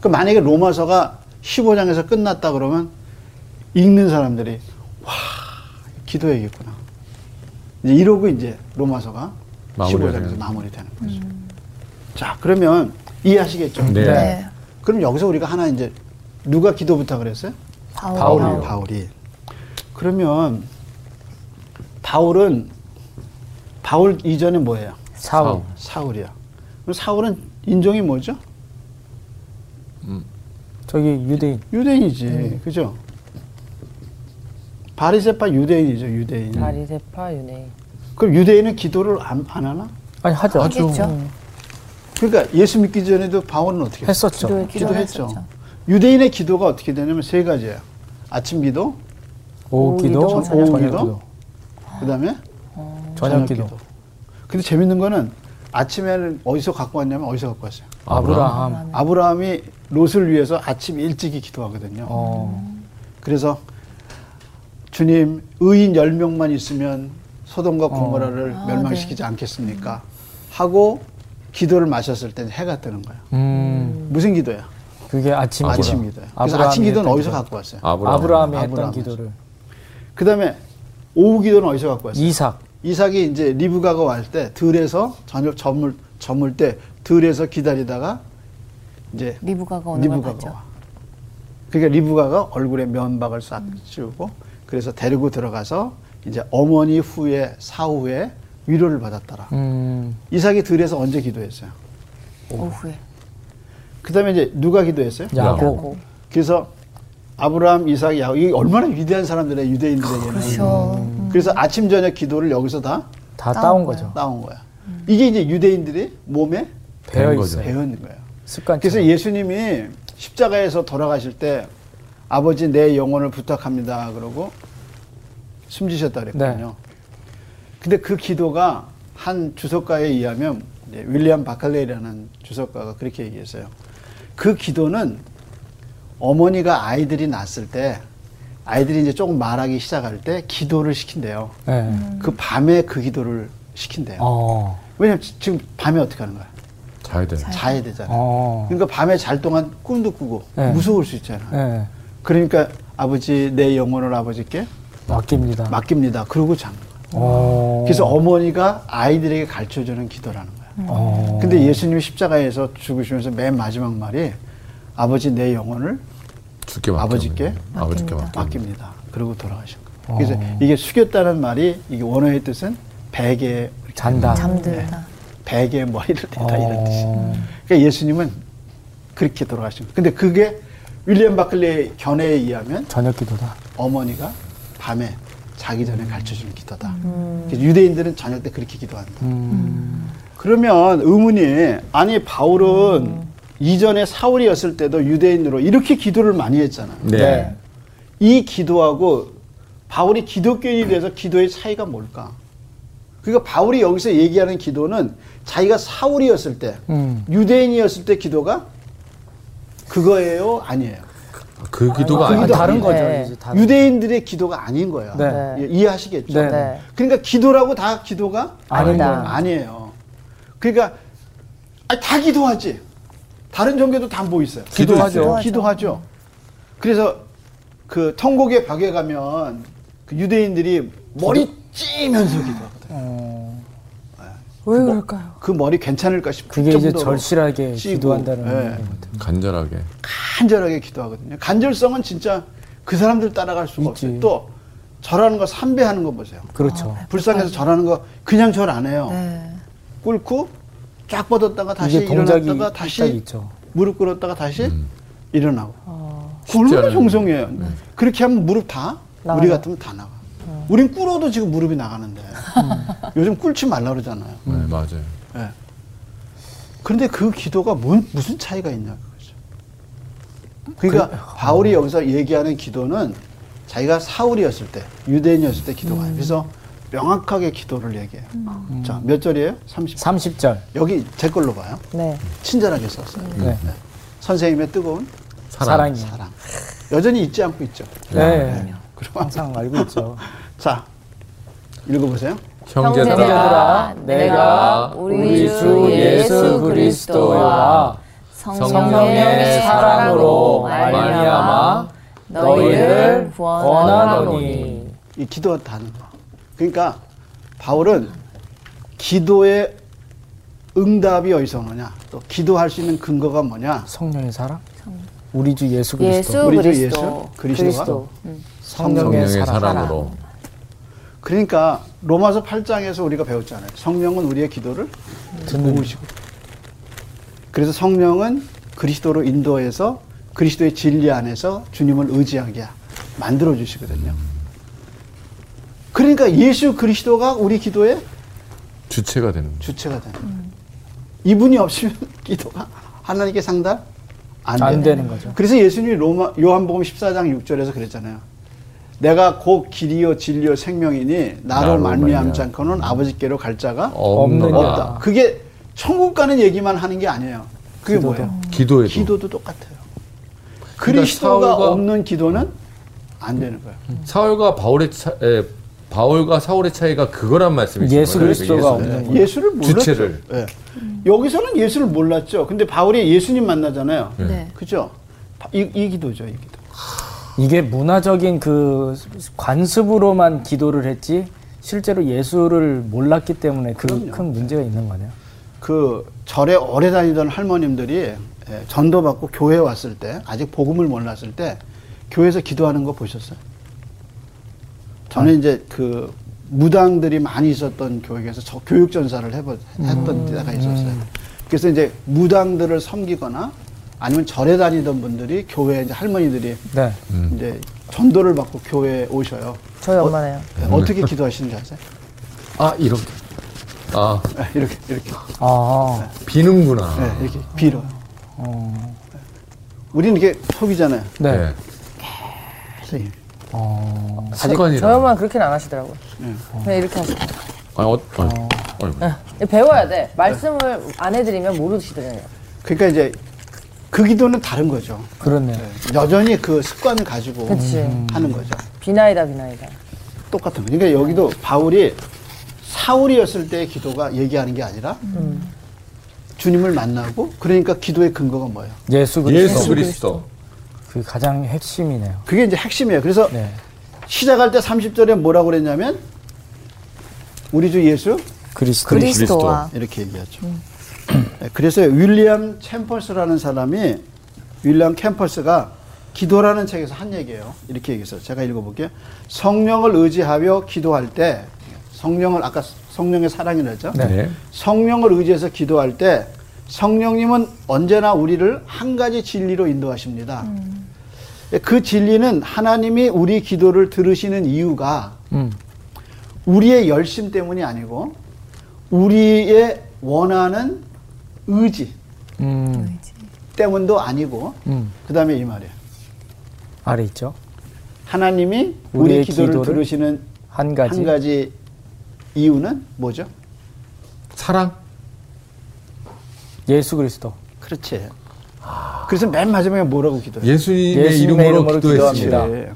그 만약에 로마서가 15장에서 끝났다 그러면 읽는 사람들이 와 기도 얘기구나. 이제 이러고 이제 로마서가
마무리가
15장에서
되는
마무리되는 거죠. 자 그러면 이해하시겠죠?
네.
네.
그럼 여기서 우리가 하나 이제 누가 기도 부탁을 했어요?
바울.
바울이요.
바울이. 그러면 바울은 바울 이전에 뭐예요?
사울.
사울이야. 그럼 사울은 인종이 뭐죠?
저기 유대인.
유대인이지, 그죠? 바리새파 유대인이죠, 유대인.
음.
바리세파 유네.
그럼 유대인은 기도를 안, 안 하나?
아니 하죠. 음.
하겠죠.
그러니까 예수 믿기 전에도 바울은 어떻게 했어요?
했었죠.
기도했죠. 유대인의 기도가 어떻게 되냐면 세 가지예요. 아침 기도,
오후 기도,
오후
저녁
기도,
기도,
그다음에
저녁 기도.
근데 재밌는 거는 아침에는 어디서 갖고 왔냐면 어디서 갖고 왔어요?
아브라함.
아브라함이 롯을 위해서 아침 일찍이 기도하거든요.
어.
그래서 주님 의인 열명만 있으면
어.
소돔과 고모라를 멸망시키지 않겠습니까? 하고 기도를 마셨을 때 해가 뜨는 거예요.
음.
무슨 기도야?
그게 아침 기도.
아침 기도야. 그래서 아침 기도는 어디서 갖고 왔어요?
아브라함.
아브라함이 했던
아브라함에서.
기도를
그다음에 오후 기도는 어디서 갖고 왔어요?
이삭.
이삭이 이제 리브가가 왔을 때 들에서 저녁 저물 저물 때 들에서 기다리다가 이제
리브가가 오는 걸
리브가가
봤죠.
와. 그러니까 리브가가 얼굴에 면박을 싹
음.
씌우고 그래서 데리고 들어가서 이제 어머니 후에 사후에 위로를 받았더라.
음.
이삭이 들에서 언제 기도했어요?
오후에.
그다음에 이제 누가 기도했어요?
야곱.
그래서 아브라함, 이삭, 야곱 이 얼마나 위대한 사람들의 유대인들에게는
그렇죠.
그래서 아침 저녁 기도를 여기서 다
다 따온 거죠.
나온 거야.
음.
이게 이제 유대인들이 몸에
배어
된 거죠.
있어요.
배어 있는 거예요.
습관.
그래서 예수님이 십자가에서 돌아가실 때 아버지 내 영혼을 부탁합니다 그러고 숨지셨다 그랬거든요.
네.
근데 그 기도가 한 주석가에 의하면 이제 윌리엄 바칼레이라는 주석가가 그렇게 얘기했어요. 그 기도는 어머니가 아이들이 낳았을 때 아이들이 이제 조금 말하기 시작할 때 기도를 시킨대요.
네.
그 밤에 그 기도를 시킨대요.
어.
왜냐면 지- 지금 밤에 어떻게 하는 거야?
자야 돼.
자야 되잖아요.
어.
그러니까 밤에 잘 동안 꿈도 꾸고
네.
무서울 수 있잖아. 요
네.
그러니까 아버지 내 영혼을 아버지께
맡깁니다.
맡깁니다. 그러고 자는 거야.
어.
그래서 어머니가 아이들에게 가르쳐 주는 기도라는 거야.
어.
근데 예수님이 십자가에서 죽으시면서 맨 마지막 말이 아버지 내 영혼을
줄게 맡겨.
아버지께
아버지께 맡겨.
맡깁니다. 그러고 돌아가신 거야. 그래서 이게 숙였다는 말이 이게 원어의 뜻은 베개
잔다.
잠들다.
베개에 머리를 댄다 이런 뜻이.
어.
그러니까 예수님은 그렇게 돌아가신 거예요. 근데 그게 윌리엄 바클레의 견해에 의하면
저녁 기도다.
어머니가 밤에 자기 전에 가르쳐주는 기도다. 그래서 유대인들은 저녁 때 그렇게 기도한다. 그러면 의문이 아니 바울은 이전에 사울이었을 때도 유대인으로 이렇게 기도를 많이 했잖아요.
네.
네.
이 기도하고 바울이 기독교인이 돼서 기도의 차이가 뭘까? 그러니까 바울이 여기서 얘기하는 기도는 자기가 사울이었을 때
음.
유대인이었을 때 기도가 그거예요? 아니에요.
그 기도가 아니,
아,
다
다른
아니에요.
거죠.
네.
이제 다른.
유대인들의 기도가 아닌 거예요.
네.
예, 이해하시겠죠?
네.
네.
그러니까 기도라고 다 기도가
아니다.
아니에요. 그러니까 아니, 다 기도하지. 다른 종교도 다 뭐 있어요?
기도하죠.
기도하죠. 기도하죠. 그래서 그 천국의 벽에 가면 그 유대인들이 머리 찌면서 기도하거든요. 예.
왜 그럴까요?
그 머리 괜찮을까 싶을
어. 그게 이제
정도로
절실하게
씌고,
기도한다는
예,
의미인 것 같아요.
간절하게. 네,
간절하게 기도하거든요. 간절성은 진짜 그 사람들 따라갈 수가
있지.
없어요. 또 절하는 거 삼배하는 거 보세요.
그렇죠.
아.
불쌍해서 절하는 거 그냥 절 안 해요.
네.
꿇고 쫙 뻗었다가 다시
이게 동작이
일어났다가
딱
다시
있죠.
무릎 꿇었다가 다시 일어나고. 그
음. 쉽지
얼마나
않아요. 네.
정성이에요. 그렇게 하면 무릎 다 우리 같으면 다 나가. 우린 꿇어도 지금 무릎이 나가는데
음.
요즘 꿇지 말라 그러잖아요.
네, 맞아요.
예. 그런데 그 기도가 뭔, 무슨 차이가 있냐 그거죠. 그러니까
아.
바울이 여기서 얘기하는 기도는 자기가 사울이었을 때 유대인이었을 때 기도가
음.
아니에요. 그래서 명확하게 기도를 얘기해요. 음. 자, 몇 절이에요? 30.
30절.
여기 제 걸로 봐요.
네.
친절하게 썼어요.
네.
네. 선생님의 뜨거운
사랑. 이
사랑. 여전히 잊지 않고 있죠.
네.
그럼
항상 알고 있죠.
<laughs> 자, 읽어보세요.
형제들아,
내가 우리 주 예수 그리스도와 성령의 사랑으로 말미암아 너희를 권하노니
이 기도가 다른 거. 그러니까 바울은 기도의 응답이 어디서 오느냐, 또 기도할 수 있는 근거가 뭐냐.
성령의 사랑? 우리 주 예수 그리스도. 음.
예수
우리 주
그리스도
예수, 그리스도가?
음.
성령의, 사랑.
사랑으로.
그러니까 로마서 8장에서 우리가 배웠잖아요. 성령은 우리의 기도를
음.
듣는 시고 그래서 성령은 그리스도로 인도해서 그리스도의 진리 안에서 주님을 의지하게 만들어 주시거든요. 그러니까 예수 그리스도가 우리 기도의
주체가 되는 거죠.
주체가 되는 거예요. 이분이 없으면 <laughs> 기도가 하나님께 상달 안,
안
되는
되는 거죠.
그래서 예수님이 로마 요한복음 14장 6절에서 그랬잖아요. 내가 곧 길이요 진리요 생명이니 나로
나로
말미암지
말미암-
않고는 아버지께로 갈 자가
없느냐.
없다.
없느냐.
그게 천국 가는 얘기만 하는 게 아니에요. 그게 뭐예요?
기도에도.
기도도 똑같아요. 그리스도가
사울과-
없는 기도는 안 되는 거예요.
사울과 바울의 차, 에, 바울과 사울의 차이가 그거란 말씀이죠.
예수 그리스도가 없는
네. 예수를 몰랐죠.
주체를.
예. 여기서는 예수를 몰랐죠. 근데 바울이 예수님 만나잖아요. 그죠? 바- 이, 이 기도죠, 이 기도.
이게 문화적인 그 관습으로만 기도를 했지 실제로 예수를 몰랐기 때문에 그
그럼요.
큰 문제가 있는 거네요.
그 절에 오래 다니던 할머님들이 예, 전도받고 교회 왔을 때 아직 복음을 몰랐을 때 교회에서 기도하는 거 보셨어요? 저는 이제 그 무당들이 많이 있었던 교회에서 저 교육 전사를 해보, 했던 때가 있었어요. 그래서 이제 무당들을 섬기거나 아니면 절에 다니던 분들이 교회 이제 할머니들이
네.
이제 전도를 받고 교회에 오셔요.
저희 엄마네요.
네,
음.
어떻게 기도하시는지 아세요?
아 이렇게. 아
네, 이렇게 이렇게
아,
비는구나.
네, 이렇게 빌어요. 우리는 이게 속이잖아요.
네.
네.
선생님.
어,
저희
습관이라.
엄마는 그렇게는 안 하시더라고요.
네.
그냥 이렇게 하시고.
아니 어, 아니, 아이고.
배워야 돼. 말씀을 안 해드리면 모르시더라고요.
그러니까 이제 그 기도는 다른 거죠.
그렇네요.
네, 여전히 그 습관을 가지고
그치.
하는 거죠.
비나이다, 비나이다.
똑같은 거. 그러니까 여기도 바울이 사울이었을 때의 기도가 얘기하는 게 아니라
음.
주님을 만나고 그러니까 기도의 근거가 뭐예요?
네.
예수 그리스도.
예수 그리스도.
그 가장 핵심이네요.
그게 이제 핵심이에요. 그래서
네.
시작할 때 30절에 뭐라고 그랬냐면 우리 주 예수
그리스도.
그리스도와
이렇게 얘기하죠. 네, 그래서 윌리엄 챔퍼스라는 사람이 윌리엄 캠퍼스가 기도라는 책에서 한 얘기예요. 이렇게 얘기했어요. 제가 읽어볼게요. 성령을 의지하며 기도할 때 성령을 아까 성령의 사랑이라 했죠.
네.
네.
성령을 의지해서 기도할 때 성령님은 언제나 우리를 한 가지 진리로 인도하십니다. 그 진리는 하나님이 우리 기도를 들으시는 이유가
음.
우리의 열심 때문이 아니고 우리의 원하는 의지
음.
때문도 아니고
음.
그다음에 이 말이에요.
아래 있죠.
하나님이 우리
우리의
기도를,
기도를
들으시는
한 가지.
한 가지 이유는 뭐죠?
사랑.
예수 그리스도.
그렇지. 아. 그래서 맨 마지막에 뭐라고 기도해요?
예수님의,
예수님의
이름으로,
이름으로
기도했습니다.
기도합니다.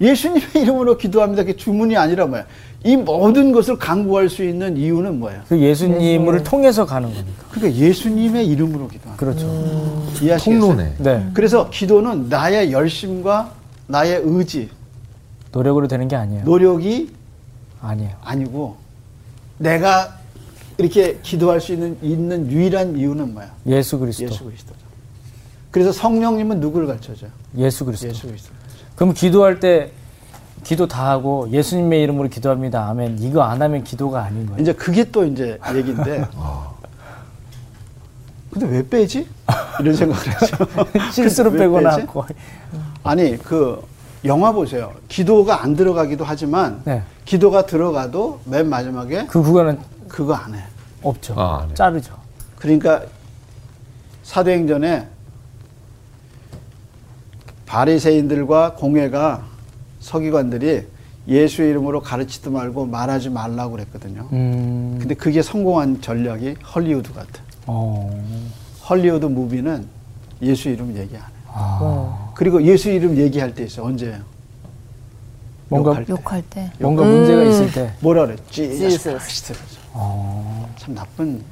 예. 예수님의 이름으로 기도합니다. 그 주문이 아니라 뭐야? 이 모든 것을 강구할 수 있는 이유는 뭐예요?
그 예수님을 통해서 가는 겁니까?
그러니까 예수님의 이름으로 기도합니다.
그렇죠.
이해하시겠어요?
통로네.
네.
그래서 기도는 나의 열심과 나의 의지,
노력으로 되는 게 아니에요.
노력이
아니에요.
아니고 내가 이렇게 기도할 수 있는, 있는 유일한 이유는 뭐야?
예수 그리스도.
예수 그리스도. 그래서 성령님은 누구를 가르쳐줘요?
예수 그리스도.
예수 그리스도.
그럼 기도할 때 기도 다 하고 예수님의 이름으로 기도합니다. 아멘. 이거 안 하면 기도가 아닌 거예요.
이제 그게 또 이제 얘기인데.
<laughs> 아.
근데 왜 빼지?
<laughs>
이런 생각을 하죠.
실수로
왜
빼거나
빼지?
거의.
아니 그 영화 보세요. 기도가 안 들어가기도 하지만
네.
기도가 들어가도 맨 마지막에
그 구간은
그거 안 해.
없죠.
아, 네.
자르죠.
그러니까 사도행전에 바리새인들과 공회가 서기관들이 예수 의 이름으로 가르치지 말고 말하지 말라고 그랬거든요.
음.
근데 그게 성공한 전략이 헐리우드 같아.
어.
헐리우드 무비는 예수 이름 얘기 안 해.
아. 어.
그리고 예수 이름 얘기할 때 있어. 언제예요?
뭔가
욕할 때.
욕할 때.
뭔가 문제가 있을 때
뭐라 그랬지? 아,
Jesus.
참 나쁜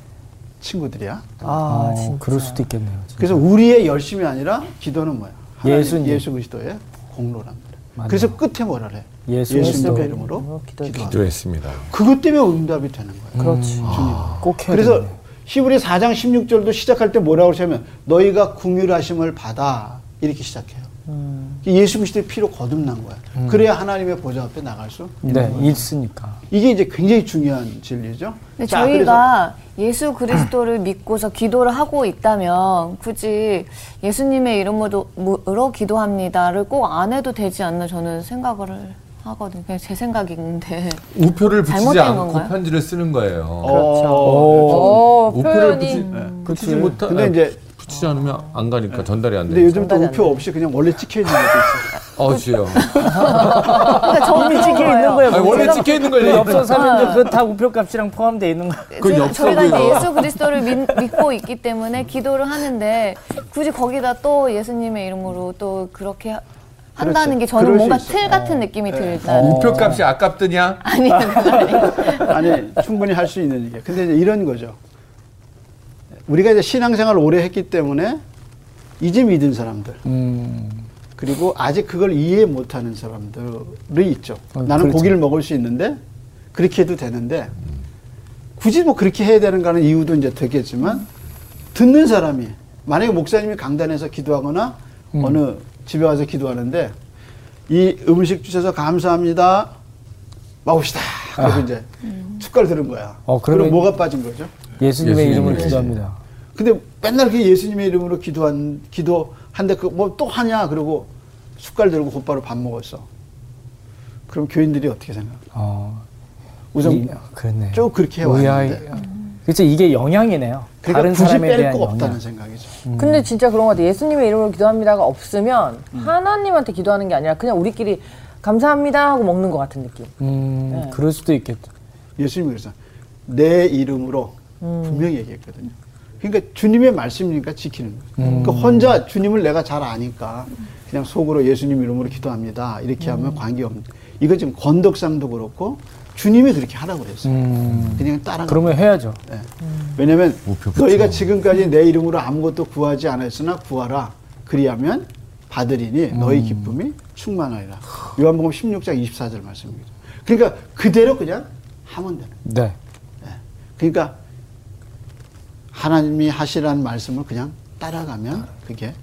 친구들이야.
아,
어,
진짜.
그럴 수도 있겠네요. 진짜.
그래서 우리의 열심이 아니라 기도는 뭐야? 하나님,
예수님.
예수 그리스도의 공로란 말이야.
맞네요.
그래서 끝에 뭐라 그래?
예수님.
예수님의
예수님.
이름으로
기도.
기도하라.
기도했습니다.
그것 때문에 응답이 되는
음.
거야.
그렇지.
아. 꼭 해야
그래서
되겠네요.
히브리 4장 16절도 시작할 때 뭐라고 하냐면 너희가 궁휼하심을 받아 이렇게 시작해요.
음.
예수 그리스도의 피로 거듭난 거야. 그래야 하나님의 보좌 앞에 나갈 수 있는 거야.
네, 있으니까.
이게 이제 굉장히 중요한 진리죠.
네,
근데
자,
저희가 예수 <clears throat> 그리스도를 믿고서 기도를 하고 있다면 굳이 예수님의 이름으로 으로 기도합니다를 꼭 안 해도 되지 않나 저는 생각을 하거든요. 그냥 제 생각인데.
우표를 붙이지
잘못된
않고
건가요?
편지를 쓰는 거예요.
그래서-
그렇죠.
어,
오,
우표를
표현이.
붙이, 붙이지 못하.
근데 이제
붙이지 않으면 안 가니까 전달이 안
근데
돼.
요즘 또 우표 없이 그냥 원래 찍혀있는 것도 있어.
어, 주여.
그러니까 저는
이미 찍혀
그런
있는
거예요.
거예요.
아니, 원래 찍혀 있는 거예요.
엽서 사면도 그다 우표값이랑 포함되어 있는 거예요.
그
제가- 저희가
엽서고요.
이제 예수 그리스도를 믿, 고 있기 때문에 기도를 하는데 굳이 거기다 또 예수님의 이름으로 또 그렇게 하- 한다는
그렇죠.
게 저는
그럴
뭔가
수 네. 있어.
틀 같은 느낌이 들다.
어,
우표값이 아깝더냐?
아니 충분히 할 수 있는 얘기. 근데 이제 이런 거죠. 우리가 이제 신앙생활을 오래 했기 때문에 이제 믿은 사람들 그리고 아직 그걸 이해 못하는 사람들이 있죠.
아,
나는
그렇죠.
고기를 먹을 수 있는데 그렇게 해도 되는데 굳이 뭐 그렇게 해야 되는가 하는 이유도 이제 되겠지만 듣는 사람이 만약에 목사님이 강단에서 기도하거나
음.
어느 집에 와서 기도하는데 이 음식 주셔서 감사합니다 먹읍시다 그리고 이제 축가를 들은 거야
아. 어,
그럼
그러면-
뭐가 빠진 거죠
예수님의
예수님의
이름으로
이름.
기도합니다.
근데 맨날 그 예수님의 이름으로 기도한 기도한데 그 뭐 또 하냐 그러고 숟갈 들고 곧바로 밥 먹었어 그럼 교인들이 어떻게 생각
어,
우선 그러니까
이- 그렇네.
쭉 그렇게 해왔는데 음.
그렇죠. 이게 영향이네요.
그러니까
다른
굳이
사람에
뺄
대한
거
영향.
없다는 생각이죠
근데 진짜 그런 것 같아. 예수님의 이름으로 기도합니다가 없으면
음.
하나님한테 기도하는 게 아니라 그냥 우리끼리 감사합니다 하고 먹는 것 같은 느낌.
음,
네.
그럴 수도 있겠죠.
예수님이 그래서 내 이름으로 분명히 얘기했거든요. 그러니까 주님의 말씀이니까 지키는 거예요.
음.
그러니까 혼자 주님을 내가 잘 아니까 그냥 속으로 예수님 이름으로 기도합니다. 이렇게 하면 관계없는. 이거 지금 건덕상도 그렇고 주님이 그렇게 하라고 그랬어요. 그냥 따라가.
음. 그러면 해야죠.
예. 왜냐면
우표 붙여.
너희가 지금까지 내 이름으로 아무것도 구하지 않았으나 구하라. 그리하면 받으리니 너희 기쁨이 충만하리라. 요한복음 16장 24절 말씀입니다. 그러니까 그대로 그냥 하면 되는. 거예요.
네.
그러니까 하나님이 하시라는 말씀을 그냥 따라가면 그게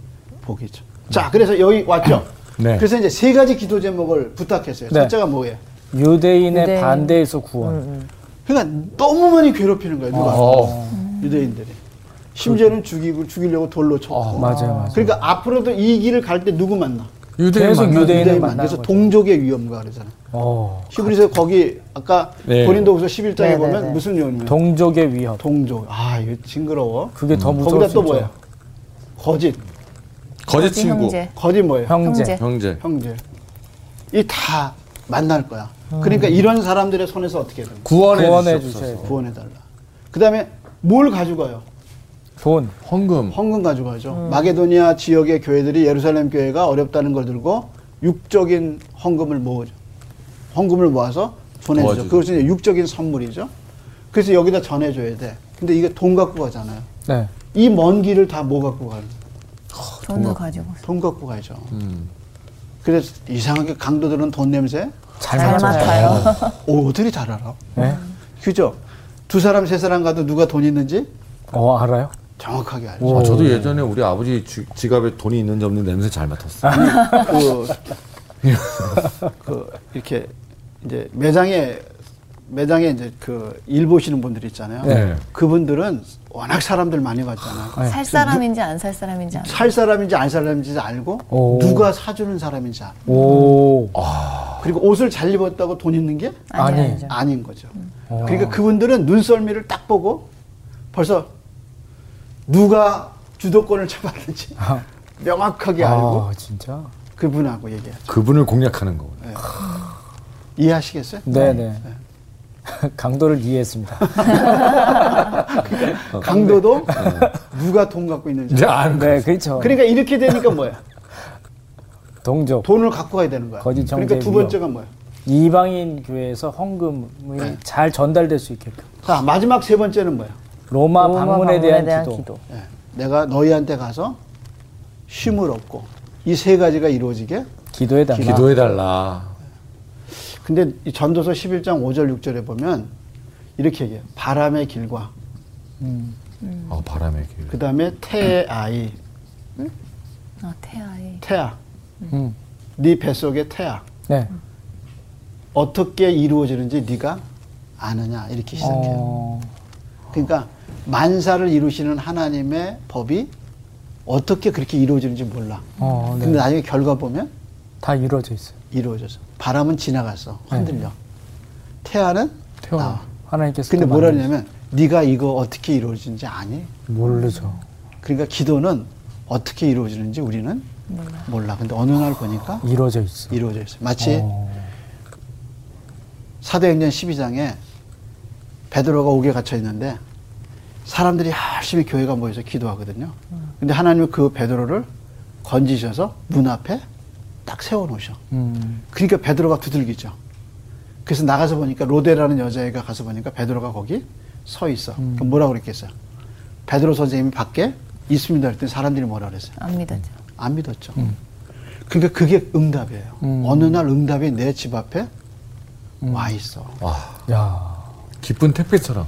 복이죠. 자, 그래서 여기 왔죠.
네.
그래서 이제 세 가지 기도 제목을 부탁했어요.
네.
첫째가 뭐예요?
유대인의 음,
유대인.
반대에서 구원.
그러니까 너무 많이 괴롭히는 거예요. 누가
어.
유대인들이. 심지어는 죽이고 죽이려고 돌로 쳐.
어,
맞아요, 맞아요.
그러니까 앞으로도 이 길을 갈 때 누구 만나?
유대인
계속
만나-
유대인.
유대인
유대인을
만나.
만나는
그래서
거죠.
동족의 위험과 그러잖아. 요
어,
히브리서 거기 아까
네.
고린도후서 11장에
네, 네,
보면
네.
무슨 위험이에요?
동족의 위협.
동족. 아, 이거 징그러워.
그게 더 무서울
음. 거기다
수
또
있죠.
뭐예요? 거짓.
거짓 친구.
형제.
거짓 뭐예요?
형제.
형제.
형제.
형제. 이 다 만날 거야.
음.
그러니까 이런 사람들의 손에서 어떻게 되는 거야?
구원해,
구원해
주세요.
주세요.
구원해 달라. 그다음에 뭘 가져가요?
돈.
헌금.
헌금 가져가죠. 마게도니아 지역의 교회들이 예루살렘 교회가 어렵다는 걸 들고 육적인 헌금을 모으죠. 헌금을 모아서 보내주죠.
도와주죠.
그것은 이제 육적인 선물이죠. 그래서 여기다 전해줘야 돼. 근데 이게 돈 갖고 가잖아요.
네.
이 먼 길을 다 뭐 갖고 가는 거야? 아,
돈을 가지고.
돈 갖고 가죠.
음.
그래서 이상하게 강도들은 돈 냄새
잘,
잘
맞아요.
맞아요.
오들이 잘 알아.
네.
그죠? 두 사람 세 사람 가도 누가 돈 있는지
어 알아요?
정확하게 알죠.
아, 저도 예전에 우리 아버지 지, 지갑에 돈이 있는지 없는지 냄새 잘 맡았어요.
그, 그 이렇게 이제 매장에 매장에 이제 그 일 보시는 분들 있잖아요.
네.
그분들은 워낙 사람들 많이 봤잖아요.
살
뭐?
사람인지 안 살 사람인지 안.
살 사람인지 안 살 사람인지 알고
오.
누가 사주는 사람인지 알고
오 아,
그리고 옷을 잘 입었다고 돈 있는 게
아니,
아닌 거죠.
음.
그러니까 그분들은 눈썰미를 딱 보고 벌써 누가 주도권을 <laughs> 잡았는지 명확하게 알고
아 진짜?
그분하고 얘기해요.
그분을 공략하는 거구나.
이해하시겠어요?
네네 <laughs> 강도를 이해했습니다.
강도도 <laughs> 누가 돈 갖고 있는지.
이제 아는 거.
어, 네 그렇죠.
그러니까 이렇게 되니까 뭐야?
동족
돈을 갖고 가야 되는 거야.
거짓 정죄
그러니까 두
위협.
번째가 뭐야?
이방인 교회에서 헌금이 잘 전달될 수 있게끔
자, 마지막 세 번째는 뭐야?
로마,
로마
방문에, 대한, 기도.
예, 내가 너희한테 가서 쉼을 얻고 이 세 가지가 이루어지게.
기도에 달라.
기도해달라.
근데 이 전도서 11장 5절 6절에 보면 이렇게 얘기해요. 바람의 길과
음.
아, 바람의 길.
그다음에 태의 아이,
아 태아이.
태아.
음.
네 뱃속의 태아.
네.
어떻게 이루어지는지 네가 아느냐 이렇게 시작해요.
어,
그러니까 만사를 이루시는 하나님의 법이 어떻게 그렇게 이루어지는지 몰라.
어, 네.
근데 나중에 결과 보면
다 이루어져 있어요.
이루어져서 바람은 지나갔어 흔들려. 태아는
네. 태워.
나와.
하나님께서
근데
또
뭐라
만드시-
하냐면 네가 이거 어떻게 이루어지는지 아니.
모르죠.
그러니까 기도는 어떻게 이루어지는지 우리는 몰라. 근데 어느 날 보니까
이루어져 있어.
이루어져 있어. 마치
아. 어.
사도행전 12장에 베드로가 옥에 갇혀 있는데 사람들이 열심히 교회가 모여서 기도하거든요. 근데 하나님은 그 베드로를 건지셔서 문 앞에 딱 세워 놓으셔.
음.
그러니까 베드로가 두들기죠. 그래서 나가서 보니까 로데라는 여자애가 가서 보니까 베드로가 거기 서 있어. 그럼 뭐라고 그랬겠어요? 베드로 선생님이 밖에 있습니다 그랬더니 사람들이 뭐라 그랬어요?
안 믿었죠.
안 믿었죠. 그러니까 그게 응답이에요.
음.
어느 날 응답이 내 집 앞에 와 있어.
와,
야,
기쁜 택배처럼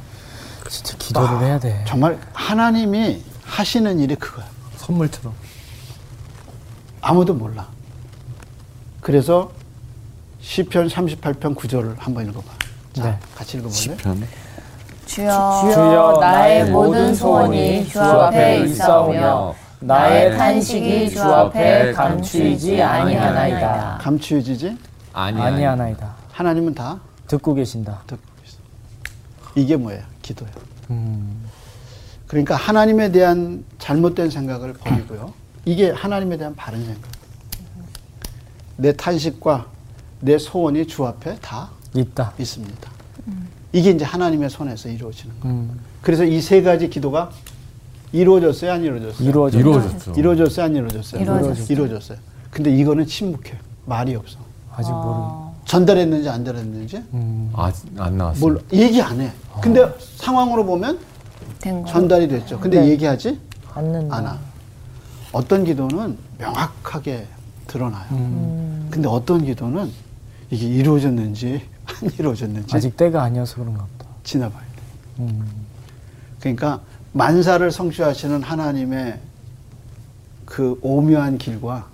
진짜 기도를 해야 돼.
정말 하나님이 하시는 일이 그거야.
선물처럼.
아무도 몰라. 그래서 시편 38편 9절을 한번 읽어봐. 자,
네.
같이 읽어볼래?
시편.
주여,
주여,
나의 모든 소원이 주 앞에 있사오며 나의 탄식이 주 앞에 감추이지 아니하나이다.
감추어지지?
아니,
아니 하나이다.
하나님은 다
듣고 계신다.
듣고 있어. 이게 뭐예요? 기도예요.
음.
그러니까 하나님에 대한 잘못된 생각을 버리고요. 이게 하나님에 대한 바른 생각. 내 탄식과 내 소원이 주 앞에 다
있다.
있습니다. 이게 이제 하나님의 손에서 이루어지는 거예요.
음.
그래서 이 세 가지 기도가 이루어졌어요, 안 이루어졌어요?
이루어져.
이루어졌죠.
이루어졌어요, 안 이루어졌어요?
이루어졌어요.
이루어졌어요. 근데 이거는 침묵해요. 말이 없어.
아직 모르.
전달했는지 안 전달했는지
아, 안 나왔어.
뭘 얘기 안 해.
어.
근데 상황으로 보면
된 거.
전달이 됐죠. 근데 얘기하지
않는다.
않아. 어떤 기도는 명확하게 드러나요.
음.
음.
음.
근데 어떤 기도는 이게 이루어졌는지 안 이루어졌는지
아직 때가 아니어서 그런가 보다.
지나봐야 돼.
음.
그러니까 만사를 성취하시는 하나님의 그 오묘한 길과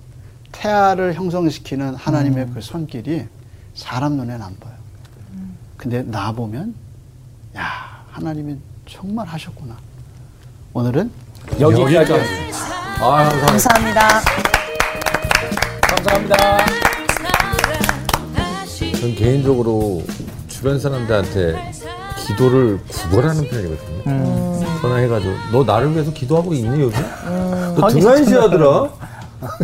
태아를 형성시키는 하나님의 그 손길이 사람 눈엔 안 보여. 근데 나 보면 야 하나님이 정말 하셨구나. 오늘은
여기까지.
아, 감사합니다.
감사합니다.
감사합니다.
전 개인적으로 주변 사람들한테 기도를 구걸하는 편이거든요. 전화해가지고 너 나를 위해서 기도하고 있니 요즘? 너 <laughs> 등한시하더라.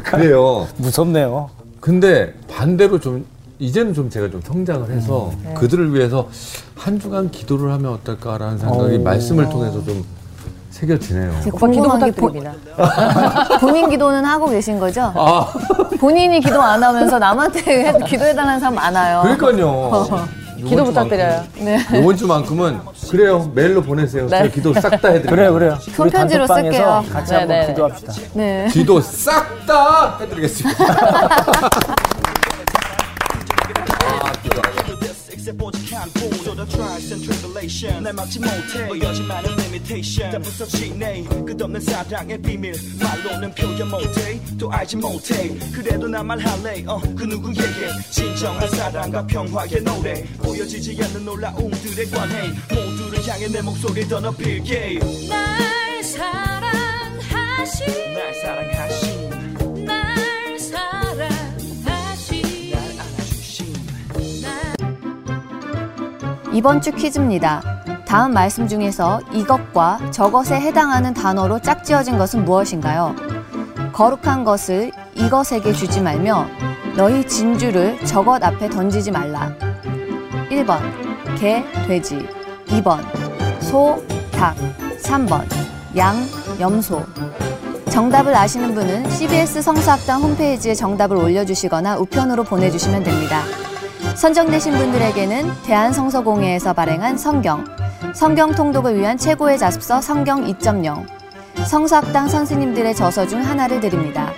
그래요.
무섭네요.
근데 반대로 좀 이제는 좀 제가 좀 성장을 해서 그들을 위해서 한 주간 기도를 하면 어떨까라는 생각이 말씀을 통해서 좀 새겨지네요.
궁금한 게 보-
부탁드립니다.
본인 기도는 하고 계신 <laughs> 거죠?
아,
본인이 기도 안 하면서 남한테 <laughs> 기도해달라는 사람 많아요.
<laughs> 그러니까요.
기도 부탁드려요.
이번 주만큼은 그래요. 메일로 보내세요. 제가 기도 싹 다 해드릴게요.
네. 그래요, 그래요. 우리
손편지로
단톡방에서
쓸게요.
같이
네,
한번
네, 네.
기도합시다.
네.
기도 싹 다 해드리겠습니다.
오직 한 보여줘 trials and tribulation 날 막지 못해 보여지 많은 limitation 다 부서지 내 끝없는 사랑의 비밀 말로는 표현 못해 또 알지 못해 그래도 난 말할래 어그 누구에게 진정한 사랑과 평화의 노래 보여지지 않는 놀라움들의 관해 모두를 향해 내 목소리 더 높일게
날 사랑하신
날 사랑하신
날 사랑하신
날 알아주신
이번 주 퀴즈입니다. 다음 말씀 중에서 이것과 저것에 해당하는 단어로 짝지어진 것은 무엇인가요? 거룩한 것을 이것에게 주지 말며 너희 진주를 저것 앞에 던지지 말라. 1번 개, 돼지 2번 소, 닭 3번 양, 염소 정답을 아시는 분은 CBS 성서학당 홈페이지에 정답을 올려주시거나 우편으로 보내주시면 됩니다. 선정되신 분들에게는 대한성서공회에서 발행한 성경, 성경 통독을 위한 최고의 자습서 성경 2.0, 성서학당 선생님들의 저서 중 하나를 드립니다.